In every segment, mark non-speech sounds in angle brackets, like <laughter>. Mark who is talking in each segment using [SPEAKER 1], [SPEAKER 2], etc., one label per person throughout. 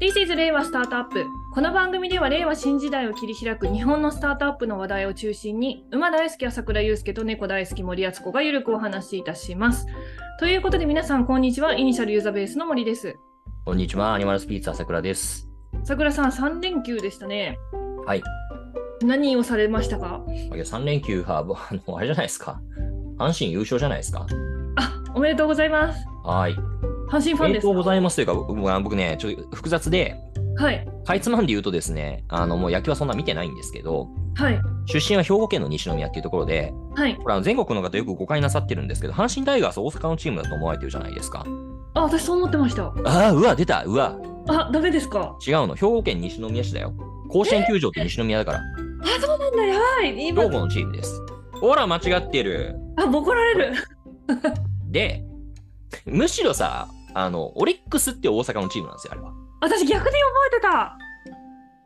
[SPEAKER 1] This is 令和スタートアップ。この番組では令和新時代を切り開く日本のスタートアップの話題を中心に、馬大好き朝倉祐介と猫大好き森敦子がゆるくお話しいたします。ということで皆さん、こんにちは。イニシャルユーザーベースの森です。
[SPEAKER 2] こんにちは、アニマルスピーツ朝倉です。
[SPEAKER 1] さくらさん、3連休でしたね。
[SPEAKER 2] はい。
[SPEAKER 1] 何をされましたか
[SPEAKER 2] 3連休は、 <laughs> ぼあの、あれじゃないですか。阪神優勝じゃないですか。
[SPEAKER 1] あ、おめでとうございます。
[SPEAKER 2] はーい。
[SPEAKER 1] 阪神ファ
[SPEAKER 2] お
[SPEAKER 1] ン
[SPEAKER 2] め
[SPEAKER 1] で
[SPEAKER 2] ですと
[SPEAKER 1] か
[SPEAKER 2] うございますというか、僕僕あの僕ね、ちょっと複雑で、
[SPEAKER 1] はい。
[SPEAKER 2] かいつまんで言うとですね、あの、もう野球はそんな見てないんですけど、
[SPEAKER 1] はい。
[SPEAKER 2] 出身は兵庫県の西宮っていうところで、
[SPEAKER 1] はい。
[SPEAKER 2] これあの全国の方よく誤解なさってるんですけど、阪神タイガース大阪のチームだと思われてるじゃないですか。
[SPEAKER 1] あ、私そう思ってました。
[SPEAKER 2] ああ、うわ、出た、うわ、
[SPEAKER 1] あ、ダメですか
[SPEAKER 2] 違うの、兵庫県西宮市だよ。甲子園球場って西宮だから、
[SPEAKER 1] あ、そうなんだ。やばい。今
[SPEAKER 2] 兵、庫のチームです。ほら、間違ってる。
[SPEAKER 1] あ、ボコられる。
[SPEAKER 2] で、むしろさ、あの、オリックスって大阪のチームなんですよ、あれは。
[SPEAKER 1] 私逆に覚えてた。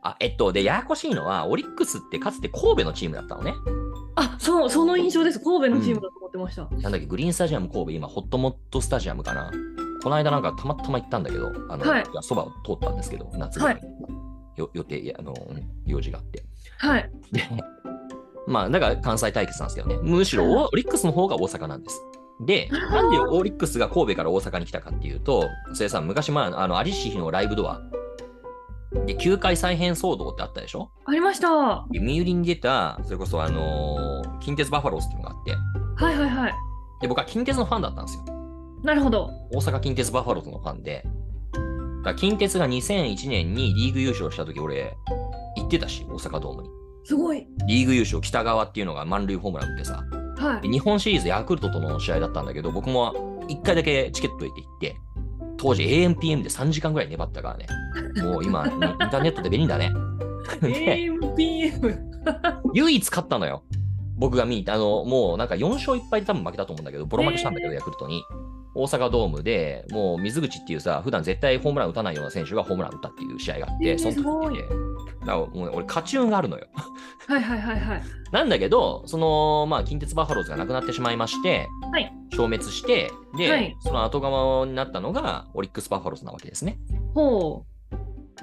[SPEAKER 2] あ、えっと、で、ややこしいのは、オリックスってかつて神戸のチームだったのね。
[SPEAKER 1] あ、そう、その印象です。神戸のチームだと思ってました。
[SPEAKER 2] なんだっけ、グリーンスタジアム神戸、今、ホットモットスタジアムかな。この間なんかたまたま行ったんだけど、あの、
[SPEAKER 1] はい
[SPEAKER 2] やそばを通ったんですけど、夏ぐらいによ予定、いやあの、うん用事があって。
[SPEAKER 1] はい。
[SPEAKER 2] で、まあ、だから関西対決なんですけどね、むしろおオリックスの方が大阪なんです。で、なんでオリックスが神戸から大阪に来たかっていうと、それさ、昔前、あの、有志のライブドア、で、球界再編騒動ってあったでしょ
[SPEAKER 1] ありました。は
[SPEAKER 2] で、身売りに出た、それこそ、あのー近鉄バファローズっていうのがあって、
[SPEAKER 1] いはいはい。
[SPEAKER 2] で、僕は近鉄のファンだったんですよ。
[SPEAKER 1] なるほど。
[SPEAKER 2] 大阪近鉄バファローズのファンで、だから近鉄が2001年にリーグ優勝した時、俺、行ってたし、大阪ドームに。
[SPEAKER 1] すごい。
[SPEAKER 2] リーグ優勝北側っていうのが満塁ホームラン打ってさ、
[SPEAKER 1] は
[SPEAKER 2] で
[SPEAKER 1] い。
[SPEAKER 2] 日本シリーズヤクルトとの試合だったんだけど、僕も1回だけチケット入れて行って、当時 AMPM で3時間ぐらい粘ったからね。もう
[SPEAKER 1] <laughs>
[SPEAKER 2] 今、インインターネットで便利だね。で、
[SPEAKER 1] AMPM。
[SPEAKER 2] 唯一勝ったのよ。僕が見に行った、あの、もうなんか4勝1敗で多分負けたと思うんだけど、ボロ負けしたんだけど、ヤクルトに。大阪ドームで、もう水口っていうさ、普段絶対ホームラン打たないような選手がホームラン打ったっていう試合があっ
[SPEAKER 1] えー
[SPEAKER 2] て、その時
[SPEAKER 1] すごい
[SPEAKER 2] で、だからもう俺、勝ち運があるのよ。
[SPEAKER 1] はいはいはいはい。
[SPEAKER 2] なんだけど、その、まあ、近鉄バファローズがなくなってしまいまして、
[SPEAKER 1] はい
[SPEAKER 2] 消滅して、で、
[SPEAKER 1] はい
[SPEAKER 2] その後釜になったのが、オリックスバファローズなわけですね。
[SPEAKER 1] ほ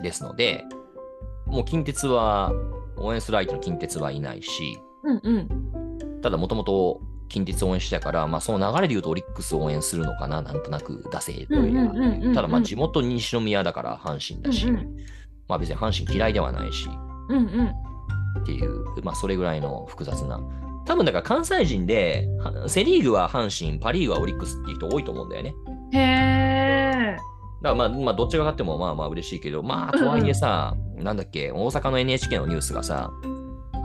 [SPEAKER 2] ですので、もう近鉄は、応援する相手の近鉄はいないし、
[SPEAKER 1] う。うんうん。
[SPEAKER 2] ただもともと近鉄を応援してたから、まあ、その流れで言うとオリックスを応援するのかな、なんとなく出せというのは
[SPEAKER 1] うんうんうんうんうん
[SPEAKER 2] ただ、まあ、地元西宮だから阪神だし、
[SPEAKER 1] うんうん
[SPEAKER 2] まあ、別に阪神嫌いではないし、
[SPEAKER 1] うんうん。
[SPEAKER 2] っていう、まあ、それぐらいの複雑な。多分だから関西人で、はセ・リーグは阪神、パ・リーグはオリックスっていう人多いと思うんだよね。
[SPEAKER 1] へえ。
[SPEAKER 2] だからまあ、まあ、どっちが勝ってもまあまあ嬉しいけど、まあ、とはいえさ、なんだっけ、大阪の NHK のニュースがさ、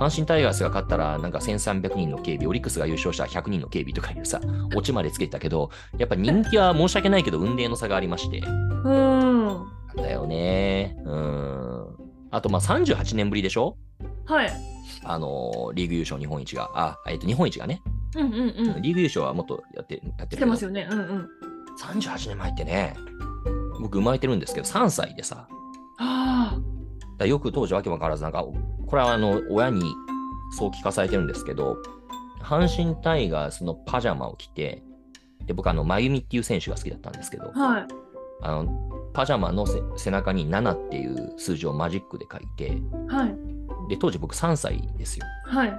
[SPEAKER 2] 阪神タイガースが勝ったらなんか1300人の警備、オリックスが優勝したら100人の警備とかいうさ、オチまでつけてたけど、やっぱ人気は申し訳ないけど、運命の差がありまして、な
[SPEAKER 1] うん。
[SPEAKER 2] んだよね。うん。あと、まあ38年ぶりでしょ
[SPEAKER 1] はい。
[SPEAKER 2] あの、リーグ優勝日本一が、あ、えっと、日本一がね。
[SPEAKER 1] うんうんうん。
[SPEAKER 2] リーグ優勝はもっとやってやって
[SPEAKER 1] 来
[SPEAKER 2] る
[SPEAKER 1] て
[SPEAKER 2] けど
[SPEAKER 1] ますよね。うんうん。
[SPEAKER 2] 38年前ってね、僕生まれてるんですけど、3歳でさ、
[SPEAKER 1] あ
[SPEAKER 2] だからよく当時わけわからず、なんか、これはあの、親にそう聞かされてるんですけど、阪神タイガースのパジャマを着て、で、僕あの、真由美っていう選手が好きだったんですけど、
[SPEAKER 1] あ。はい。
[SPEAKER 2] あの、パジャマのせ背中に7っていう数字をマジックで書いて、
[SPEAKER 1] はい。
[SPEAKER 2] で、当時僕3歳ですよ。
[SPEAKER 1] はい。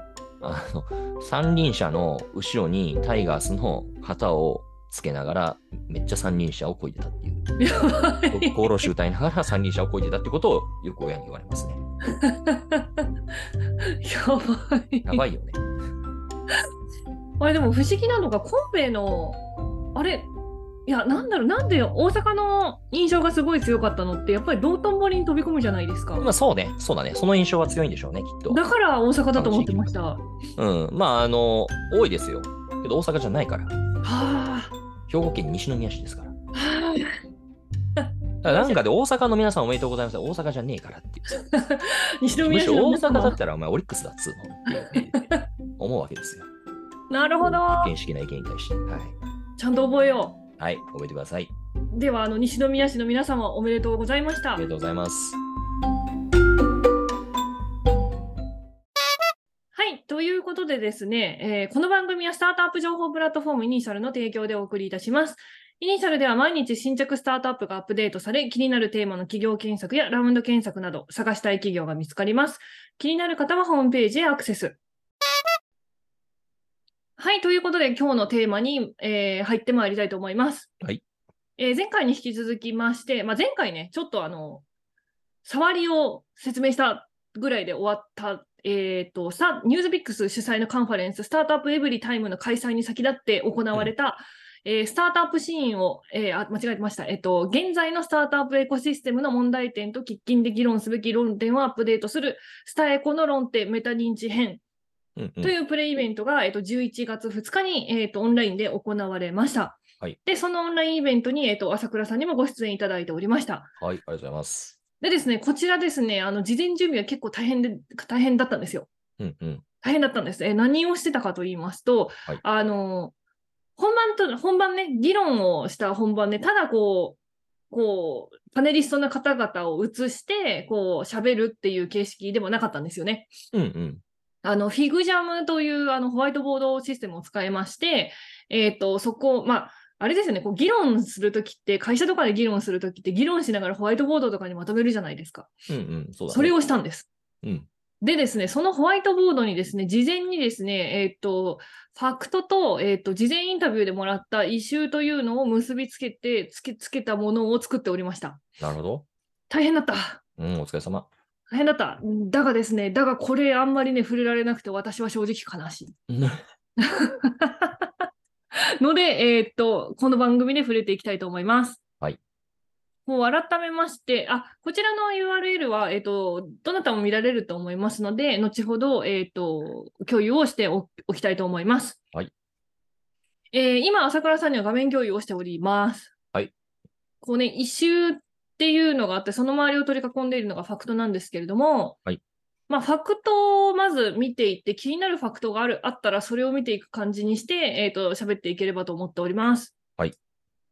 [SPEAKER 2] あの三輪車の後ろにタイガースの旗をつけながらめっちゃ三輪車をこいでたって
[SPEAKER 1] <laughs>
[SPEAKER 2] いう
[SPEAKER 1] やばい。 <laughs>
[SPEAKER 2] 厚労集歌いながら三輪車をこいでたってことをよく親に言わ
[SPEAKER 1] <laughs>
[SPEAKER 2] れますね
[SPEAKER 1] やばい。
[SPEAKER 2] やばいよね
[SPEAKER 1] あれでも不思議なのが神戸のあれいやなんだろうなんで大阪の印象がすごい強かったのってやっぱり道頓堀に飛び込むじゃないですか
[SPEAKER 2] まあそうねそうだねその印象は強いんでしょうねきっと
[SPEAKER 1] だから大阪だと思ってましたは
[SPEAKER 2] うんまああの多いですよけど大阪じゃないから
[SPEAKER 1] あ
[SPEAKER 2] 兵庫県西宮市ですから
[SPEAKER 1] はあ
[SPEAKER 2] だからなんかで大阪の皆さんおめでとうございます大阪じゃねえからっていう
[SPEAKER 1] 西 <laughs>
[SPEAKER 2] む
[SPEAKER 1] 宮
[SPEAKER 2] し
[SPEAKER 1] 市
[SPEAKER 2] ろ
[SPEAKER 1] の
[SPEAKER 2] 大
[SPEAKER 1] 皆
[SPEAKER 2] 阪だっ
[SPEAKER 1] 様
[SPEAKER 2] たらお前オリックスだっつうのっていうね思うわけですよ
[SPEAKER 1] なるほど
[SPEAKER 2] 原始的な意見に対してはい、
[SPEAKER 1] ちゃんと覚えよ
[SPEAKER 2] はい、覚えてくださいう
[SPEAKER 1] ではあの西宮市の皆様おめでとうございました
[SPEAKER 2] ありがとうございます
[SPEAKER 1] はい。ということでですね、えーこの番組はスタートアップ情報プラットフォームイニシャルの提供でお送りいたします。イニシャルでは毎日新着スタートアップがアップデートされ、気になるテーマの企業検索やラウンド検索など、探したい企業が見つかります。気になる方はホームページへアクセス。はい、ということで今日のテーマに、えー入ってまいりたいと思います。
[SPEAKER 2] はい
[SPEAKER 1] えー前回に引き続きまして、まあ、前回ね、ちょっとあの、触りを説明したぐらいで終わった、えー、とさニュースビックス主催のカンファレンス、スタートアップエブリタイムの開催に先立って行われた、えースタートアップシーンを、えーあ間違えてました、えっと、現在のスタートアップエコシステムの問題点と喫緊で議論すべき論点をアップデートする、スタエコの論点、メタ認知編
[SPEAKER 2] うんうん
[SPEAKER 1] というプレイイベントが、えっと、11月2日に、えっと、オンラインで行われました。
[SPEAKER 2] はい
[SPEAKER 1] で、そのオンラインイベントに、えっと、朝倉さんにもご出演いただいておりました。
[SPEAKER 2] はい、ありがとうございます。
[SPEAKER 1] でですね、こちらですね、あの事前準備は結構大変で大変だったんですよ。
[SPEAKER 2] うんうん。
[SPEAKER 1] 大変だったんです。え何をしてたかと言いますと、
[SPEAKER 2] はい
[SPEAKER 1] あの本番と本番ね、議論をした本番ね、ただこう、こうパネリストの方々を映して、こう喋るっていう形式でもなかったんですよね。
[SPEAKER 2] うんうん。
[SPEAKER 1] あの、フィグジャムというあのホワイトボードシステムを使いまして、えっ、と、そこ、まあ、あれですよね、こう議論するときって、会社とかで議論するときって、議論しながらホワイトボードとかにまとめるじゃないですか。
[SPEAKER 2] うんうん。そうだ、ね。
[SPEAKER 1] それをしたんです。
[SPEAKER 2] うん。
[SPEAKER 1] でですね、そのホワイトボードにですね、事前にですね、えーっと、ファクトと、えーっと、事前インタビューでもらった異臭というのを結びつけて、つけ、つけたものを作っておりました。
[SPEAKER 2] なるほど。
[SPEAKER 1] 大変だった。
[SPEAKER 2] うん、お疲れ様。 <laughs>
[SPEAKER 1] 大変だった。だがですね、だがこれあんまりね、触れられなくて私は正直悲しい。
[SPEAKER 2] <laughs> うん
[SPEAKER 1] ので、えーっと、この番組で触れていきたいと思います。
[SPEAKER 2] はい。
[SPEAKER 1] もう改めまして、あ、こちらの URL は、えーっと、どなたも見られると思いますので、後ほど、えーっと、共有をしておおきたいと思います。
[SPEAKER 2] はい。
[SPEAKER 1] えー今、朝倉さんには画面共有をしております。
[SPEAKER 2] はい。
[SPEAKER 1] こうね、一周っていうのがあって、その周りを取り囲んでいるのがファクトなんですけれども、
[SPEAKER 2] はい。
[SPEAKER 1] まあ、ファクトをまず見ていって、気になるファクトがある、あったら、それを見ていく感じにして、えっ、と、喋っていければと思っております。
[SPEAKER 2] はい。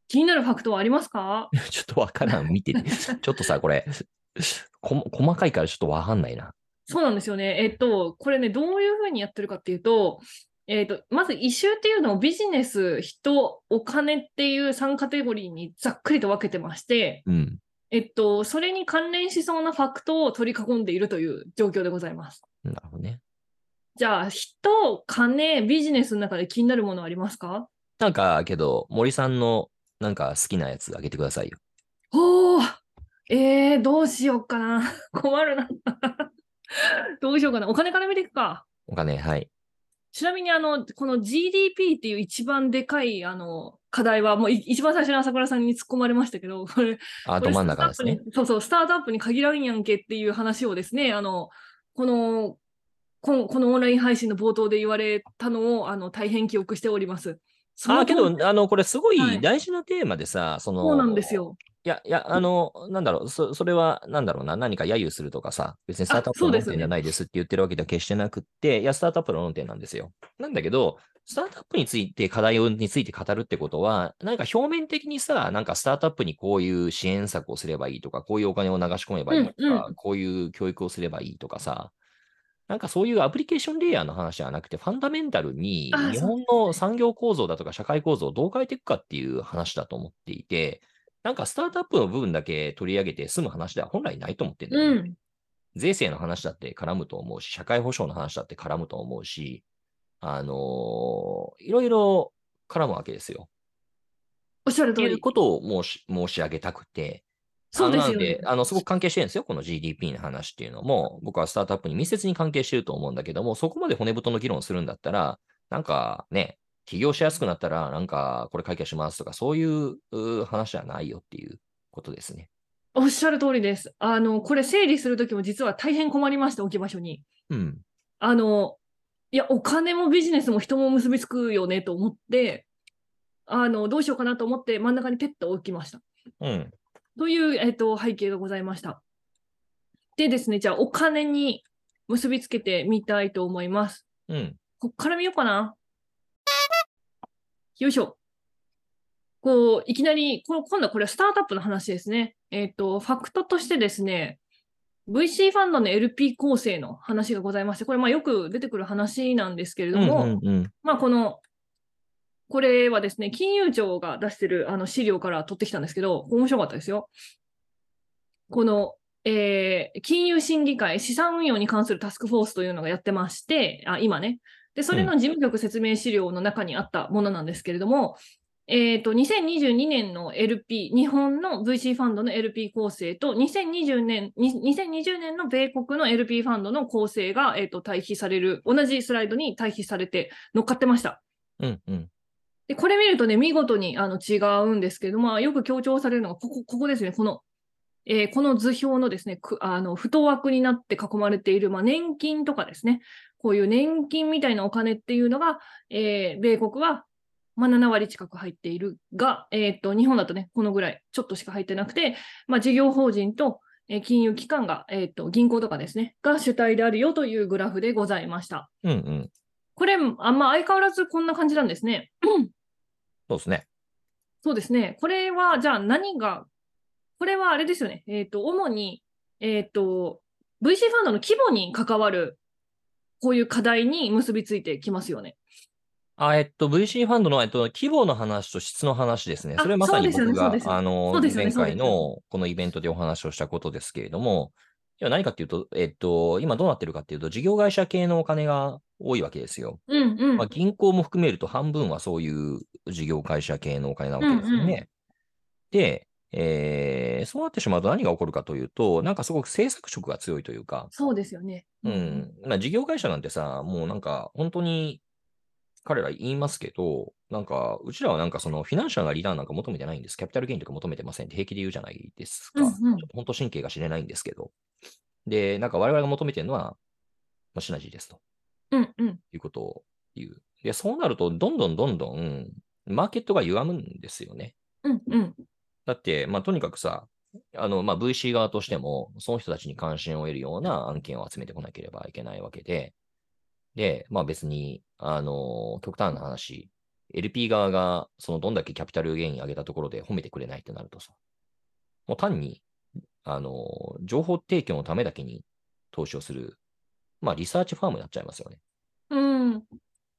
[SPEAKER 1] 気になるファクトはありますか
[SPEAKER 2] ちょっとわからん。
[SPEAKER 1] <laughs>
[SPEAKER 2] 見てて。ちょっとさ、これ、こも細かいからちょっとわかんないな。
[SPEAKER 1] そうなんですよね。えっ、と、これね、どういうふうにやってるかっていうと、えっ、と、まず、異臭っていうのをビジネス、人、お金っていう3カテゴリーにざっくりと分けてまして、
[SPEAKER 2] うん。
[SPEAKER 1] えっと、それに関連しそうなファクトを取り囲んでいるという状況でございます。
[SPEAKER 2] なるほどね。
[SPEAKER 1] じゃあ、人、金、ビジネスの中で気になるものはありますか
[SPEAKER 2] なんか、けど、森さんの、なんか好きなやつあげてくださいよ。
[SPEAKER 1] おーえー、どうしようかな。 <laughs> 困るな。どうしようかな。お金から見ていくか。
[SPEAKER 2] お金、はい。
[SPEAKER 1] ちなみに、あの、この GDP っていう一番でかい、あの、課題は、もうい一番最初に朝倉さんに突っ込まれましたけど、これ、
[SPEAKER 2] あ、
[SPEAKER 1] こ
[SPEAKER 2] ど
[SPEAKER 1] れ
[SPEAKER 2] 真ん中ですね
[SPEAKER 1] スタートアッ。プにそうそう、スタートアップに限らんやんけっていう話をですね、あの、この、このこのオンライン配信の冒頭で言われたのをあの大変記憶しております。その
[SPEAKER 2] あ、けど
[SPEAKER 1] 通り、
[SPEAKER 2] あの、これすご
[SPEAKER 1] はい
[SPEAKER 2] い大事なテーマでさ、その、
[SPEAKER 1] そうなんですよ。
[SPEAKER 2] いや、いや、あの、なんだろう、そそれは、なんだろうな、何か揶揄するとかさ、別にスタートアップ
[SPEAKER 1] そう
[SPEAKER 2] の
[SPEAKER 1] で
[SPEAKER 2] 論
[SPEAKER 1] すね
[SPEAKER 2] 点じゃないですって言ってるわけでは決してなくって、いや、スタートアップの論点なんですよ。なんだけど、スタートアップについて、課題について語るってことは、なんか表面的にさ、なんかスタートアップにこういう支援策をすればいいとか、こういうお金を流し込めばいいとか、
[SPEAKER 1] うん
[SPEAKER 2] こういう教育をすればいいとかさ、なんかそういうアプリケーションレイヤーの話じゃなくて、ファンダメンタルに
[SPEAKER 1] あ
[SPEAKER 2] 日
[SPEAKER 1] そう
[SPEAKER 2] 本の産業構造だとか社会構造をどう変えていくかっていう話だと思っていて、なんかスタートアップの部分だけ取り上げて済む話では本来ないと思ってんだよね、
[SPEAKER 1] うん。
[SPEAKER 2] 税制の話だって絡むと思うし、社会保障の話だって絡むと思うし、あのーいろいろ絡むわけですよ。
[SPEAKER 1] おっしゃる
[SPEAKER 2] と
[SPEAKER 1] 通
[SPEAKER 2] いう
[SPEAKER 1] り。
[SPEAKER 2] ことを申し申し上げたくて、
[SPEAKER 1] そうですよね
[SPEAKER 2] あのなのであの、すごく関係してるんですよ、この GDP の話っていうのも、僕はスタートアップに密接に関係してると思うんだけども、そこまで骨太の議論するんだったら、なんかね、起業しやすくなったら、なんかこれ解決しますとか、そういうう話じゃないよっていうことですね。
[SPEAKER 1] おっしゃる通りです。あの、これ整理するときも実は大変困りました、置き場所に。
[SPEAKER 2] うん。
[SPEAKER 1] あの、いや、お金もビジネスも人も結びつくよねと思って、あの、どうしようかなと思って真ん中にペッと置きました。
[SPEAKER 2] うん。
[SPEAKER 1] という、えっと、背景がございました。でですね、じゃあお金に結びつけてみたいと思います。
[SPEAKER 2] うん。
[SPEAKER 1] こっから見ようかな。よいしょ。こう、いきなり、こ今度はこれはスタートアップの話ですね。えっ、と、ファクトとしてですね、VC ファンドの LP 構成の話がございまして、これ、まあよく出てくる話なんですけれ
[SPEAKER 2] う
[SPEAKER 1] ど
[SPEAKER 2] ん
[SPEAKER 1] も、
[SPEAKER 2] うんうん。
[SPEAKER 1] まあこの、これはですね、金融庁が出してるあの資料から取ってきたんですけど、面白かったですよ。この、えー金融審議会、資産運用に関するタスクフォースというのがやってまして、あ今ね。で、それの事務局説明資料の中にあったものなんですけれども、えー、と2022年の LP、日本の VC ファンドの LP 構成と2020年、に2020年の米国の LP ファンドの構成が、えー、と対比される、同じスライドに対比されて乗っかってました。
[SPEAKER 2] うんうん。
[SPEAKER 1] で、これ見るとね、見事にあの違うんですけど、まあ、よく強調されるのが、ここ、ここですね、この、えーこの図表のですね、くあの、不当枠になって囲まれている、まあ、年金とかですね、こういう年金みたいなお金っていうのが、えー米国は、まあ、7割近く入っているが、えっ、と、日本だとね、このぐらい、ちょっとしか入ってなくて、まあ、事業法人と、えー金融機関が、えっ、と、銀行とかですね、が主体であるよというグラフでございました。
[SPEAKER 2] うんうん。
[SPEAKER 1] これ、あんま相変わらずこんな感じなんですね。
[SPEAKER 2] そうですね。
[SPEAKER 1] そうですね。これは、じゃあ何が、これはあれですよね。えっ、と、主に、えっ、と、VC ファンドの規模に関わる、こういう課題に結びついてきますよね。
[SPEAKER 2] あ、えっと、VC ファンドの、えっと、規模の話と質の話ですね。
[SPEAKER 1] あ
[SPEAKER 2] それはまさに
[SPEAKER 1] そうですよねそ
[SPEAKER 2] 僕
[SPEAKER 1] う
[SPEAKER 2] が
[SPEAKER 1] で、すよね
[SPEAKER 2] あ
[SPEAKER 1] そ
[SPEAKER 2] の
[SPEAKER 1] う、ですよね
[SPEAKER 2] 前
[SPEAKER 1] そうです
[SPEAKER 2] 回のこのイベントでお話をしたことですけれども、要は何かっていうと、えっと、今どうなってるかっていうと、事業会社系のお金が多いわけですよ。
[SPEAKER 1] うんうん。
[SPEAKER 2] まあ、銀行も含めると半分はそういう事業会社系のお金なわけですよね。
[SPEAKER 1] うんう
[SPEAKER 2] で、えーそうなってしまうと何が起こるかというと、なんかすごく政策色が強いというか、
[SPEAKER 1] そうですよね。
[SPEAKER 2] うん。まあ、事業会社なんてさ、もうなんか、本当に、彼ら言いますけど、なんか、うちらはなんかその、フィナンシャルなリターンなんか求めてないんです。キャピタルゲインとか求めてませんって平気で言うじゃないですか。
[SPEAKER 1] うんうん
[SPEAKER 2] ちょっと本当神経が知れないんですけど。で、なんか我々が求めてるのは、まあ、シナジーですと
[SPEAKER 1] うんうん。
[SPEAKER 2] いうことを言う。で、そうなると、どんどんどんどん、マーケットが歪むんですよね。
[SPEAKER 1] うんうん。
[SPEAKER 2] だって、まあ、とにかくさ、あの、まあ、VC 側としても、その人たちに関心を得るような案件を集めてこなければいけないわけで、で、まあ、別に、あの、極端な話、LP 側が、その、どんだけキャピタルゲイン上げたところで褒めてくれないってなるとさ、もう単に、あの、情報提供のためだけに投資をする、まあ、リサーチファームになっちゃいますよね。
[SPEAKER 1] うん。
[SPEAKER 2] だか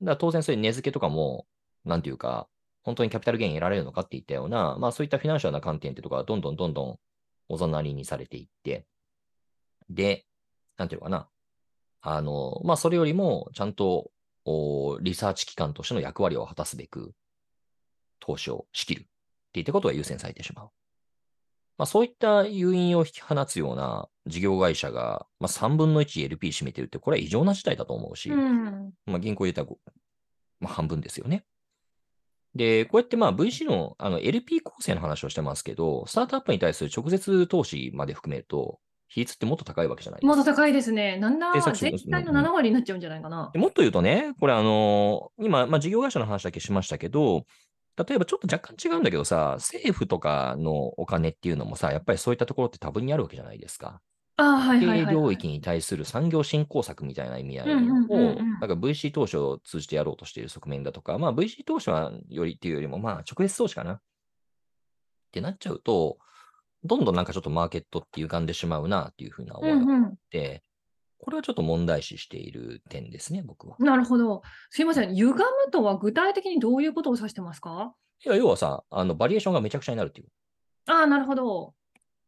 [SPEAKER 2] ら当然そういう値付けとかも、なんていうか、本当にキャピタルゲイン得られるのかっていったような、まあそういったフィナンシャルな観点ってとこはどんどんどんどんおざなりにされていって、で、なんていうのかな、あの、まあそれよりもちゃんとおリサーチ機関としての役割を果たすべく、投資を仕切るっていったことが優先されてしまう。まあそういった誘引を引き放つような事業会社が、まあ3分の 1LP 占めてるって、これは異常な事態だと思うし、
[SPEAKER 1] うん。
[SPEAKER 2] まあ、銀行入れたら、まあ、半分ですよね。で、こうやってまあ VC のあの LP 構成の話をしてますけど、スタートアップに対する直接投資まで含めると、比率ってもっと高いわけじゃないです
[SPEAKER 1] もっ
[SPEAKER 2] か
[SPEAKER 1] と高いですね。なんだ
[SPEAKER 2] でさっき
[SPEAKER 1] 全体の7割になっちゃうんじゃないかな
[SPEAKER 2] で。もっと言うとね、これあのー今、まあ、事業会社の話だけしましたけど、例えばちょっと若干違うんだけどさ、政府とかのお金っていうのもさ、やっぱりそういったところって多分にあるわけじゃないですか。
[SPEAKER 1] ああ、はいはい
[SPEAKER 2] 経営
[SPEAKER 1] はい、
[SPEAKER 2] 領
[SPEAKER 1] はい。
[SPEAKER 2] 域に対する産業振興策みたいな意味合いを、
[SPEAKER 1] うんうんうんうん
[SPEAKER 2] なんか VC 投資を通じてやろうとしている側面だとか、まあ、VC 投資はよりっていうよりも、まあ、直接投資かな。ってなっちゃうと、どんどんなんかちょっとマーケットって歪んでしまうなっていうふうな思
[SPEAKER 1] う
[SPEAKER 2] いがあっ
[SPEAKER 1] ん
[SPEAKER 2] て、これはちょっと問題視している点ですね、僕は。
[SPEAKER 1] うん。なるほど。すいません。歪むとは具体的にどういうことを指してますか
[SPEAKER 2] いや要はさ、あのバリエーションがめちゃくちゃになるっていう。
[SPEAKER 1] ああ、なるほど。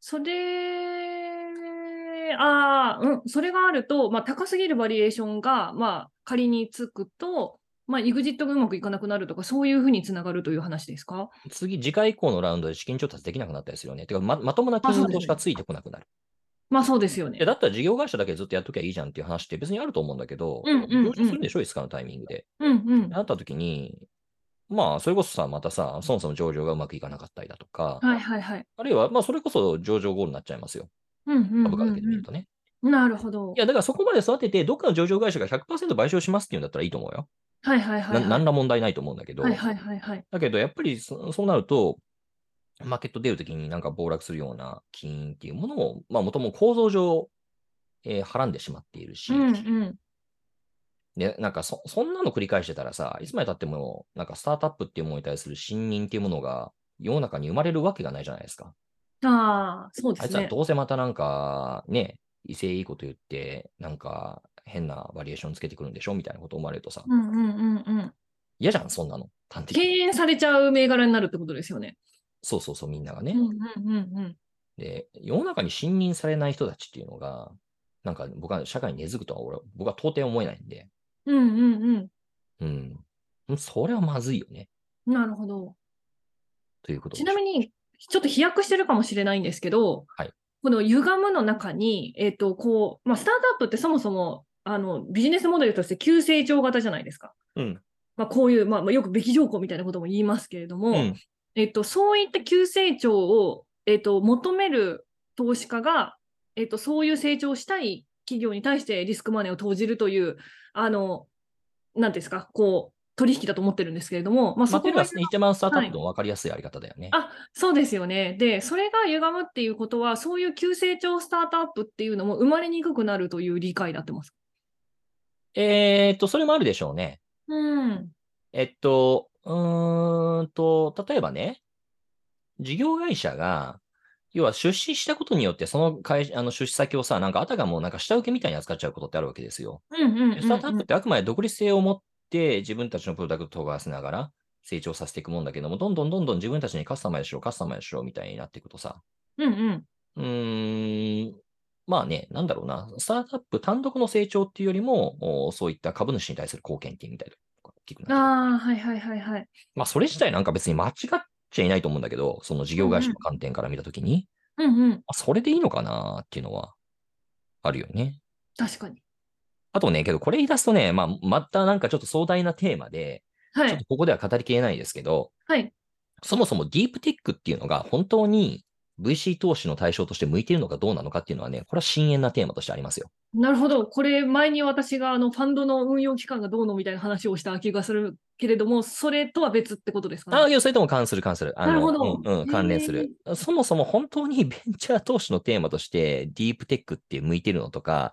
[SPEAKER 1] それ、ああ、うん、それがあると、まあ、高すぎるバリエーションが、まあ、仮につくと、まあ、EXIT がうまくいかなくなるとか、そういうふうにつながるという話ですか
[SPEAKER 2] 次、次回以降のラウンドで資金調達できなくなったりするよね。てか、ままともな金融投資がついてこなくなる。
[SPEAKER 1] まあ、そうですよ
[SPEAKER 2] い
[SPEAKER 1] ね
[SPEAKER 2] や。だったら事業会社だけずっとやっときゃいいじゃんっていう話って別にあると思うんだけど、
[SPEAKER 1] うんうんうん
[SPEAKER 2] 上場するんでしょ、いつかのタイミングで。
[SPEAKER 1] うんうん。
[SPEAKER 2] なった時に、まあ、それこそさ、またさ、そもそも上場がうまくいかなかったりだとか、
[SPEAKER 1] はいはいはい。
[SPEAKER 2] あるいは、まあ、それこそ上場ゴールになっちゃいますよ。
[SPEAKER 1] うんうんうん
[SPEAKER 2] 株価だけで見るとね。
[SPEAKER 1] うんなるほど
[SPEAKER 2] い。や、だからそこまで育てて、どっかの上場会社が100%賠償しますっていうんだったらいいと思うよ。
[SPEAKER 1] はいはいはいはい。
[SPEAKER 2] な何ら問題ないと思うんだけど、
[SPEAKER 1] はいはいはいはい。
[SPEAKER 2] だけど、やっぱりそそうなると、マーケット出るときになんか暴落するような金融っていうものを、まあ、もともと構造上、えーはらんでしまっているし、
[SPEAKER 1] うんうん。
[SPEAKER 2] で、なんかそ、そんなの繰り返してたらさ、いつまでたっても、なんかスタートアップっていうものに対する信任っていうものが、世の中に生まれるわけがないじゃないですか。
[SPEAKER 1] ああ、そうで
[SPEAKER 2] あい
[SPEAKER 1] す
[SPEAKER 2] つは
[SPEAKER 1] ね。
[SPEAKER 2] どうせまたなんか、ね、威勢いいこと言って、なんか変なバリエーションつけてくるんでしょみたいなこと思われるとさ、
[SPEAKER 1] うんうんうんうん。
[SPEAKER 2] 嫌じゃん、そんなの。端的
[SPEAKER 1] 敬
[SPEAKER 2] に
[SPEAKER 1] 遠されちゃう銘柄になるってことですよね。
[SPEAKER 2] そうそうそう、みんなが
[SPEAKER 1] う
[SPEAKER 2] ね。
[SPEAKER 1] んうんうんうん。
[SPEAKER 2] で、世の中に信任されない人たちっていうのが、なんか僕は社会に根付くとは俺は僕は到底思えないんで、
[SPEAKER 1] うんうん
[SPEAKER 2] うん。それはまずいよね。
[SPEAKER 1] うん。なるほど。
[SPEAKER 2] ということ
[SPEAKER 1] ちなみ
[SPEAKER 2] に、
[SPEAKER 1] に、ちょっと飛躍してるかもしれないんですけど、
[SPEAKER 2] はい
[SPEAKER 1] この歪むの中に、えっ、と、こう、まあ、スタートアップってそもそも、あの、ビジネスモデルとして急成長型じゃないですか。
[SPEAKER 2] うん。
[SPEAKER 1] まあ、こういう、まあ、まあよくべき条項みたいなことも言いますけれども、
[SPEAKER 2] うん。
[SPEAKER 1] えっと、そういった急成長を、えっと、求める投資家が、えっと、そういう成長をしたい企業に対してリスクマネーを投じるという、あの、なんていうんですか、こう、取引だと思ってるんですけれども、まあ、
[SPEAKER 2] ま
[SPEAKER 1] そ
[SPEAKER 2] あ、と
[SPEAKER 1] こ
[SPEAKER 2] いうか
[SPEAKER 1] が、
[SPEAKER 2] 一番スタートアップの分かりやすいやり方だよね。
[SPEAKER 1] あそうですよね。で、それが歪むっていうことは、そういう急成長スタートアップっていうのも生まれにくくなるという理解になってます。
[SPEAKER 2] えーっと、それもあるでしょうね。
[SPEAKER 1] うん。
[SPEAKER 2] えっと、うーんと、例えばね、事業会社が、要は出資したことによって、その会社あの出資先をさ、なんかあたかもなんか下請けみたいに扱っちゃうことってあるわけですよ。
[SPEAKER 1] うんうんうん、うん。
[SPEAKER 2] スタートアップってあくまで独立性を持って自分たちのプロダクトを飛ばしながら成長させていくもんだけども、どんどんどんどん自分たちにカスタマイズしろ、カスタマイズしろみたいになっていくとさ、
[SPEAKER 1] うんうん。
[SPEAKER 2] うーん、まあね、なんだろうな、スタートアップ単独の成長っていうよりも、おそういった株主に対する貢献っていうみたいなのが大きくなってくる
[SPEAKER 1] ああ、はいはいはいはい。
[SPEAKER 2] まあそれ自体なんか別に間違っちゃいないと思うんだけど、その事業会社の観点から見たときに、
[SPEAKER 1] うんうん。
[SPEAKER 2] あそれでいいのかなっていうのはあるよね。
[SPEAKER 1] 確かに。
[SPEAKER 2] あとね、けどこれ言い出すとね、まあまたなんかちょっと壮大なテーマで、
[SPEAKER 1] は
[SPEAKER 2] ちょっ
[SPEAKER 1] い。
[SPEAKER 2] とここでは語りきれないですけど、
[SPEAKER 1] はい。
[SPEAKER 2] そもそもディープテックっていうのが本当に VC 投資の対象として向いているのかどうなのかっていうのはね、これは深淵なテーマとしてありますよ。
[SPEAKER 1] なるほど。これ、前に私があのファンドの運用期間がどうのみたいな話をした気がするけれども、それとは別ってことですか
[SPEAKER 2] あ
[SPEAKER 1] ね。
[SPEAKER 2] いや、それとも関する関する。あの
[SPEAKER 1] なるほど
[SPEAKER 2] うんうん、関連する。そもそも本当にベ <laughs> ンチャー投資のテーマとしてディープテックって向いてるのとか、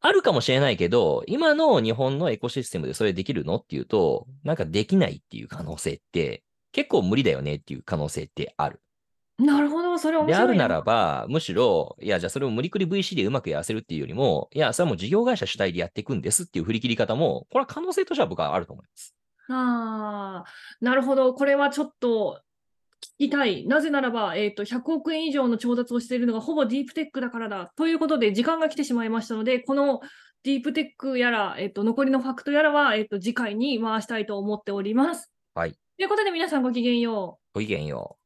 [SPEAKER 2] あるかもしれないけど、今の日本のエコシステムでそれできるのっていうと、なんかできないっていう可能性って、結構無理だよねっていう可能性ってある。
[SPEAKER 1] なるほど。それ面
[SPEAKER 2] で
[SPEAKER 1] 白い。
[SPEAKER 2] あるならば、むしろ、いや、じゃあそれを無理くり VC でうまくやらせるっていうよりも、いや、それはもう事業会社主体でやっていくんですっていう振り切り方も、これは可能性としては僕はあると思います。
[SPEAKER 1] ああ、なるほど。これはちょっと聞きたい。なぜならば、えっ、と、100億円以上の調達をしているのがほぼディープテックだからだ。ということで、時間が来てしまいましたので、このディープテックやら、えっ、と、残りのファクトやらは、えっ、と、次回に回したいと思っております。
[SPEAKER 2] はい。
[SPEAKER 1] ということで、皆さんごきげんよう。
[SPEAKER 2] ご意見よ。